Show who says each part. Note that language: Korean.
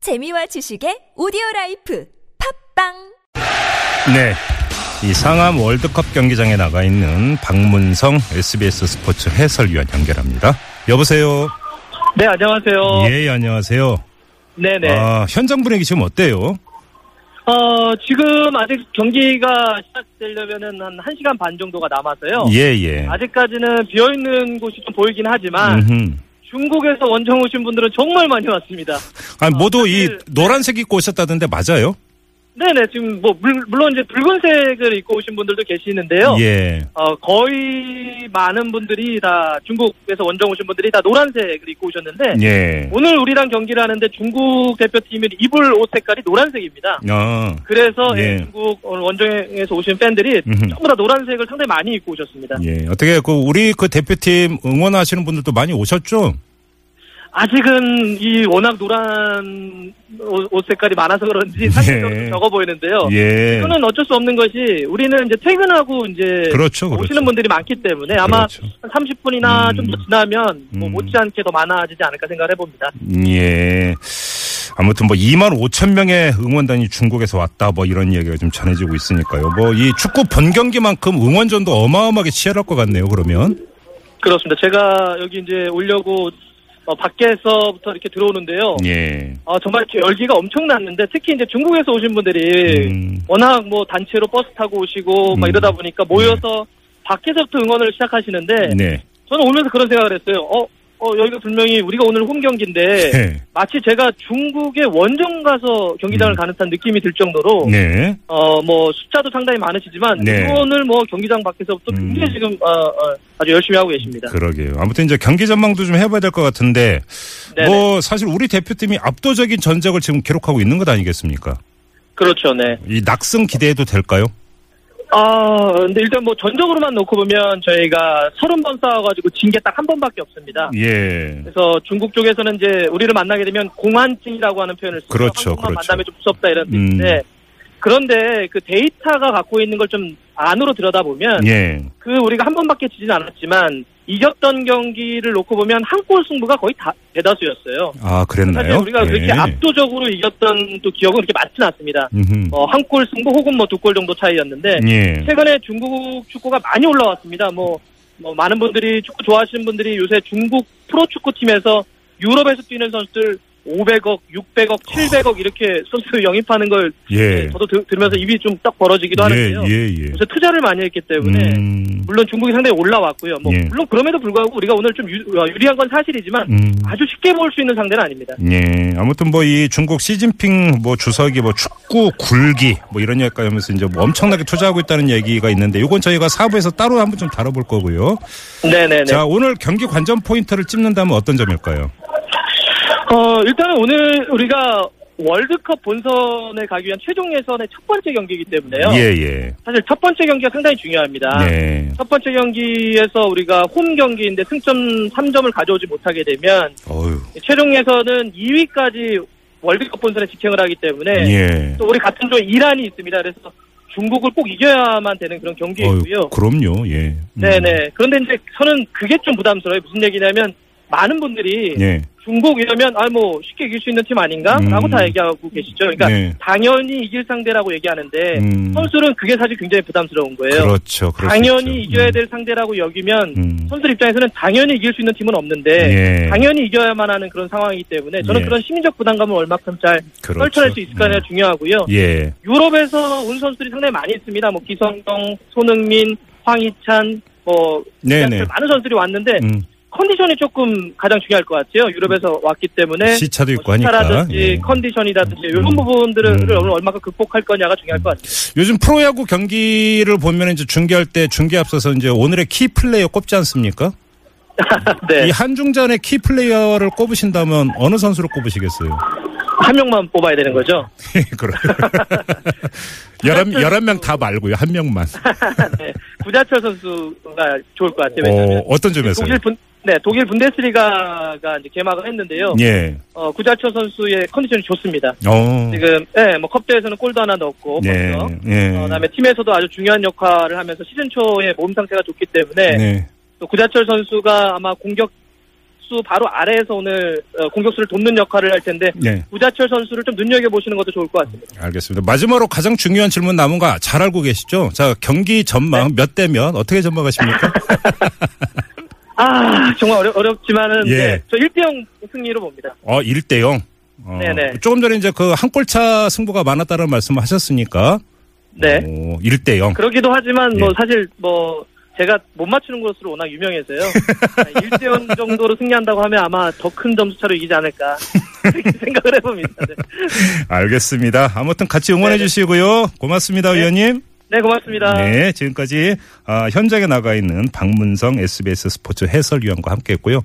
Speaker 1: 재미와 지식의 오디오 라이프 팝빵
Speaker 2: 네. 이 상암 월드컵 경기장에 나가 있는 박문성 SBS 스포츠 해설위원 연결합니다. 여보세요.
Speaker 3: 네, 안녕하세요.
Speaker 2: 예, 안녕하세요.
Speaker 3: 네네.
Speaker 2: 아, 현장 분위기 지금 어때요?
Speaker 3: 어, 지금 아직 경기가 시작되려면은 한 1시간 반 정도가 어. 남아서요.
Speaker 2: 예, 예.
Speaker 3: 아직까지는 비어있는 곳이 좀 보이긴 하지만,
Speaker 2: 음흠.
Speaker 3: 중국에서 원정 오신 분들은 정말 많이 왔습니다.
Speaker 2: 아니, 모두
Speaker 3: 어, 사실-
Speaker 2: 이 노란색 입고 오셨다던데 맞아요?
Speaker 3: 네네, 지금 뭐, 물, 물론 이제 붉은색을 입고 오신 분들도 계시는데요.
Speaker 2: 예.
Speaker 3: 어, 거의 많은 분들이 다 중국에서 원정 오신 분들이 다 노란색을 입고 오셨는데,
Speaker 2: 예.
Speaker 3: 오늘 우리랑 경기를 하는데 중국 대표팀이 입을 옷 색깔이 노란색입니다.
Speaker 2: 아,
Speaker 3: 그래서
Speaker 2: 예.
Speaker 3: 예, 중국 오늘 원정에서 오신 팬들이
Speaker 2: 음흠.
Speaker 3: 전부 다 노란색을 상당히 많이 입고 오셨습니다.
Speaker 2: 예. 어떻게 그 우리 그 대표팀 응원하시는 분들도 많이 오셨죠?
Speaker 3: 아직은 이 워낙 노란 옷, 옷 색깔이 많아서 그런지 상대적으로 좀 적어 보이는데요.
Speaker 2: 예.
Speaker 3: 이거는 어쩔 수 없는 것이 우리는 이제 퇴근하고 이제
Speaker 2: 그렇죠, 그렇죠.
Speaker 3: 오시는 분들이 많기 때문에 아마
Speaker 2: 그렇죠.
Speaker 3: 한 30분이나
Speaker 2: 음.
Speaker 3: 좀 더 지나면 뭐
Speaker 2: 음.
Speaker 3: 못지않게 더 많아지지 않을까 생각을 해봅니다.
Speaker 2: 예. 아무튼 뭐 2만 5천 명의 응원단이 중국에서 왔다 뭐 이런 이야기가 좀 전해지고 있으니까요. 뭐 이 축구 본 경기만큼 응원전도 어마어마하게 치열할 것 같네요. 그러면
Speaker 3: 그렇습니다. 제가 여기 이제 오려고 어, 밖에서부터 이렇게 들어오는데요.
Speaker 2: 예,
Speaker 3: 아, 정말 이렇게 열기가 엄청났는데 특히 이제 중국에서 오신 분들이
Speaker 2: 음.
Speaker 3: 워낙 뭐 단체로 버스 타고 오시고 막
Speaker 2: 음.
Speaker 3: 이러다 보니까 모여서 밖에서부터 응원을 시작하시는데
Speaker 2: 네,
Speaker 3: 저는 오면서 그런 생각을 했어요. 어, 어 여기가 분명히 우리가 오늘 홈 경기인데
Speaker 2: 네,
Speaker 3: 마치 제가 중국의 원정 가서 경기장을
Speaker 2: 음.
Speaker 3: 가는 듯한 느낌이 들 정도로
Speaker 2: 네,
Speaker 3: 어 뭐 숫자도 상당히 많으시지만
Speaker 2: 네.
Speaker 3: 응원을 뭐 경기장 밖에서부터
Speaker 2: 음.
Speaker 3: 굉장히 지금 어, 어, 아주 열심히 하고 계십니다.
Speaker 2: 그러게요. 아무튼 이제 경기 전망도 좀 해봐야 될 것 같은데
Speaker 3: 네, 네.
Speaker 2: 뭐 사실 우리 대표팀이 압도적인 전적을 지금 기록하고 있는 것 아니겠습니까?
Speaker 3: 그렇죠, 네.
Speaker 2: 이 낙승 기대해도 될까요?
Speaker 3: 아, 근데 일단 뭐 전적으로만 놓고 보면 저희가 서른 번 싸워가지고 진 게 딱 한 번밖에 없습니다.
Speaker 2: 예,
Speaker 3: 그래서 중국 쪽에서는 이제 우리를 만나게 되면 공안증이라고 하는 표현을 쓰고
Speaker 2: 그렇죠,
Speaker 3: 한국만
Speaker 2: 그렇죠.
Speaker 3: 만나면 좀 무섭다 이런
Speaker 2: 음.
Speaker 3: 뜻인데 그런데 그 데이터가 갖고 있는 걸 좀 안으로 들여다보면
Speaker 2: 예,
Speaker 3: 그 우리가 한 번밖에 지진 않았지만 이겼던 경기를 놓고 보면 한 골 승부가 거의 다 대다수였어요.
Speaker 2: 아
Speaker 3: 사실
Speaker 2: 그랬나요?
Speaker 3: 우리가 그렇게
Speaker 2: 예.
Speaker 3: 압도적으로 이겼던 또 기억은 그렇게 많진 않습니다.
Speaker 2: 음흠.
Speaker 3: 어, 한 골 승부 혹은 뭐 두 골 정도 차이였는데
Speaker 2: 예,
Speaker 3: 최근에 중국 축구가 많이 올라왔습니다. 뭐, 뭐 많은 분들이 축구 좋아하시는 분들이 요새 중국 프로 축구 팀에서 유럽에서 뛰는 선수들 500억, 600억, 700억 이렇게 선수 영입하는 걸
Speaker 2: 아. 예,
Speaker 3: 저도 들, 으면서 입이 좀 딱 벌어지기도 하는데요.
Speaker 2: 예, 예, 예.
Speaker 3: 요새 투자를 많이 했기 때문에
Speaker 2: 음,
Speaker 3: 물론 중국이 상당히 올라왔고요. 뭐
Speaker 2: 예.
Speaker 3: 물론 그럼에도 불구하고 우리가 오늘 좀 유, 어, 유리한 건 사실이지만
Speaker 2: 음.
Speaker 3: 아주 쉽게 볼 수 있는 상대는 아닙니다.
Speaker 2: 예, 아무튼 뭐 이 중국 시진핑 뭐 주석이 뭐 축구 굴기 뭐 이런 얘기까지 하면서 이제 뭐 엄청나게 투자하고 있다는 얘기가 있는데 이건 저희가 사부에서 따로 한번 좀 다뤄볼 거고요.
Speaker 3: 네네네.
Speaker 2: 음. 자, 오늘 경기 관전 포인트를 찝는다면 어떤 점일까요?
Speaker 3: 어, 일단은 오늘 우리가 월드컵 본선에 가기 위한 최종 예선의 첫 번째 경기이기 때문에요.
Speaker 2: 예, 예.
Speaker 3: 사실 첫 번째 경기가 상당히 중요합니다.
Speaker 2: 네.
Speaker 3: 첫 번째 경기에서 우리가 홈 경기인데 승점 3점을 가져오지 못하게 되면
Speaker 2: 어유.
Speaker 3: 최종에서는 2위까지 월드컵 본선에 직행을 하기 때문에
Speaker 2: 예.
Speaker 3: 또 우리 같은 조 이란이 있습니다. 그래서 중국을 꼭 이겨야만 되는 그런 경기이고요.
Speaker 2: 어유. 그럼요. 예. 음.
Speaker 3: 네네. 그런데 이제 저는 그게 좀 부담스러워요. 무슨 얘기냐면 많은 분들이
Speaker 2: 예.
Speaker 3: 중국 이러면 아 뭐 쉽게 이길 수 있는 팀
Speaker 2: 음.
Speaker 3: 아닌가라고 다 얘기하고 계시죠. 그러니까
Speaker 2: 네.
Speaker 3: 당연히 이길 상대라고 얘기하는데
Speaker 2: 음.
Speaker 3: 선수들은 그게 사실 굉장히 부담스러운 거예요.
Speaker 2: 그렇죠. 그렇죠.
Speaker 3: 당연히 이겨야 될 상대라고 여기면
Speaker 2: 음.
Speaker 3: 선수들 입장에서는 당연히 이길 수 있는 팀은 없는데
Speaker 2: 예.
Speaker 3: 당연히 이겨야만 하는 그런 상황이기 때문에 저는
Speaker 2: 예.
Speaker 3: 그런 심리적 부담감을 얼마큼 잘
Speaker 2: 그렇죠.
Speaker 3: 떨쳐낼 수 있을까가 중요하고요. 네.
Speaker 2: 예.
Speaker 3: 유럽에서 온 선수들이 상당히 많이 있습니다. 뭐 기성용, 손흥민, 황희찬, 뭐
Speaker 2: 네, 네.
Speaker 3: 많은 선수들이 왔는데
Speaker 2: 음.
Speaker 3: 컨디션이 조금 가장 중요할 것 같아요. 유럽에서 왔기 때문에
Speaker 2: 음. 시차도 있고
Speaker 3: 뭐
Speaker 2: 하니까.
Speaker 3: 시차라든지
Speaker 2: 예.
Speaker 3: 컨디션이라든지 이런
Speaker 2: 음.
Speaker 3: 부분들을
Speaker 2: 음.
Speaker 3: 오늘 얼마큼 극복할 거냐가 중요할 것 같습니다.
Speaker 2: 요즘 프로야구 경기를 보면 이제 중계할 때 중계 앞서서 이제 오늘의 키 플레이어 꼽지 않습니까?
Speaker 3: 네,
Speaker 2: 음. 이 한중전의 키 플레이어를 꼽으신다면 어느 선수를 꼽으시겠어요? 예,
Speaker 3: 한 명만 뽑아야 되는 거죠.
Speaker 2: 그래요. 열한 열한 명 다 말고요 한 명만.
Speaker 3: 네, 구자철 선수가 좋을 것 같아요.
Speaker 2: 어,
Speaker 3: 왜냐면
Speaker 2: 어떤 점에서요?
Speaker 3: 독일 분, 네, 독일 분데스리가가 이제 개막을 했는데요.
Speaker 2: 예.
Speaker 3: 어, 구자철 선수의 컨디션이 좋습니다.
Speaker 2: 어.
Speaker 3: 지금, 네, 뭐, 컵대에서는 골도 하나 넣었고,
Speaker 2: 네.
Speaker 3: 벌써.
Speaker 2: 예.
Speaker 3: 어, 그다음에 팀에서도 아주 중요한 역할을 하면서 시즌 초에 몸 상태가 좋기 때문에
Speaker 2: 네.
Speaker 3: 또 구자철 선수가 아마 공격 공격수 바로 아래에서 오늘 어, 공격수를 돕는 역할을 할 텐데
Speaker 2: 네,
Speaker 3: 구자철 선수를 좀 눈여겨 보시는 것도 좋을 것 같습니다.
Speaker 2: 알겠습니다. 마지막으로 가장 중요한 질문 남은 거 아, 잘 알고 계시죠? 자, 경기 전망 몇 대 몇 어떻게 전망하십니까?
Speaker 3: 아 정말 어려, 어렵지만은
Speaker 2: 예.
Speaker 3: 네, 저 1대0 승리로 봅니다.
Speaker 2: 어, 1대 0. 어,
Speaker 3: 네네.
Speaker 2: 조금 전에 이제 그 한 골차 승부가 많았다는 말씀을 하셨으니까
Speaker 3: 네.
Speaker 2: 어, 1대 0.
Speaker 3: 그러기도 하지만 뭐
Speaker 2: 예.
Speaker 3: 사실 뭐 제가 못 맞추는 것으로 워낙 유명해서요. 아, 1대0 정도로 승리한다고 하면 아마 더 큰 점수 차로 이기지 않을까 그렇게 생각을 해봅니다. 네,
Speaker 2: 알겠습니다. 아무튼 같이 응원해
Speaker 3: 네네.
Speaker 2: 주시고요. 고맙습니다,
Speaker 3: 네.
Speaker 2: 위원님.
Speaker 3: 네, 고맙습니다.
Speaker 2: 네, 지금까지 아, 현장에 나가 있는 박문성 SBS 스포츠 해설위원과 함께했고요.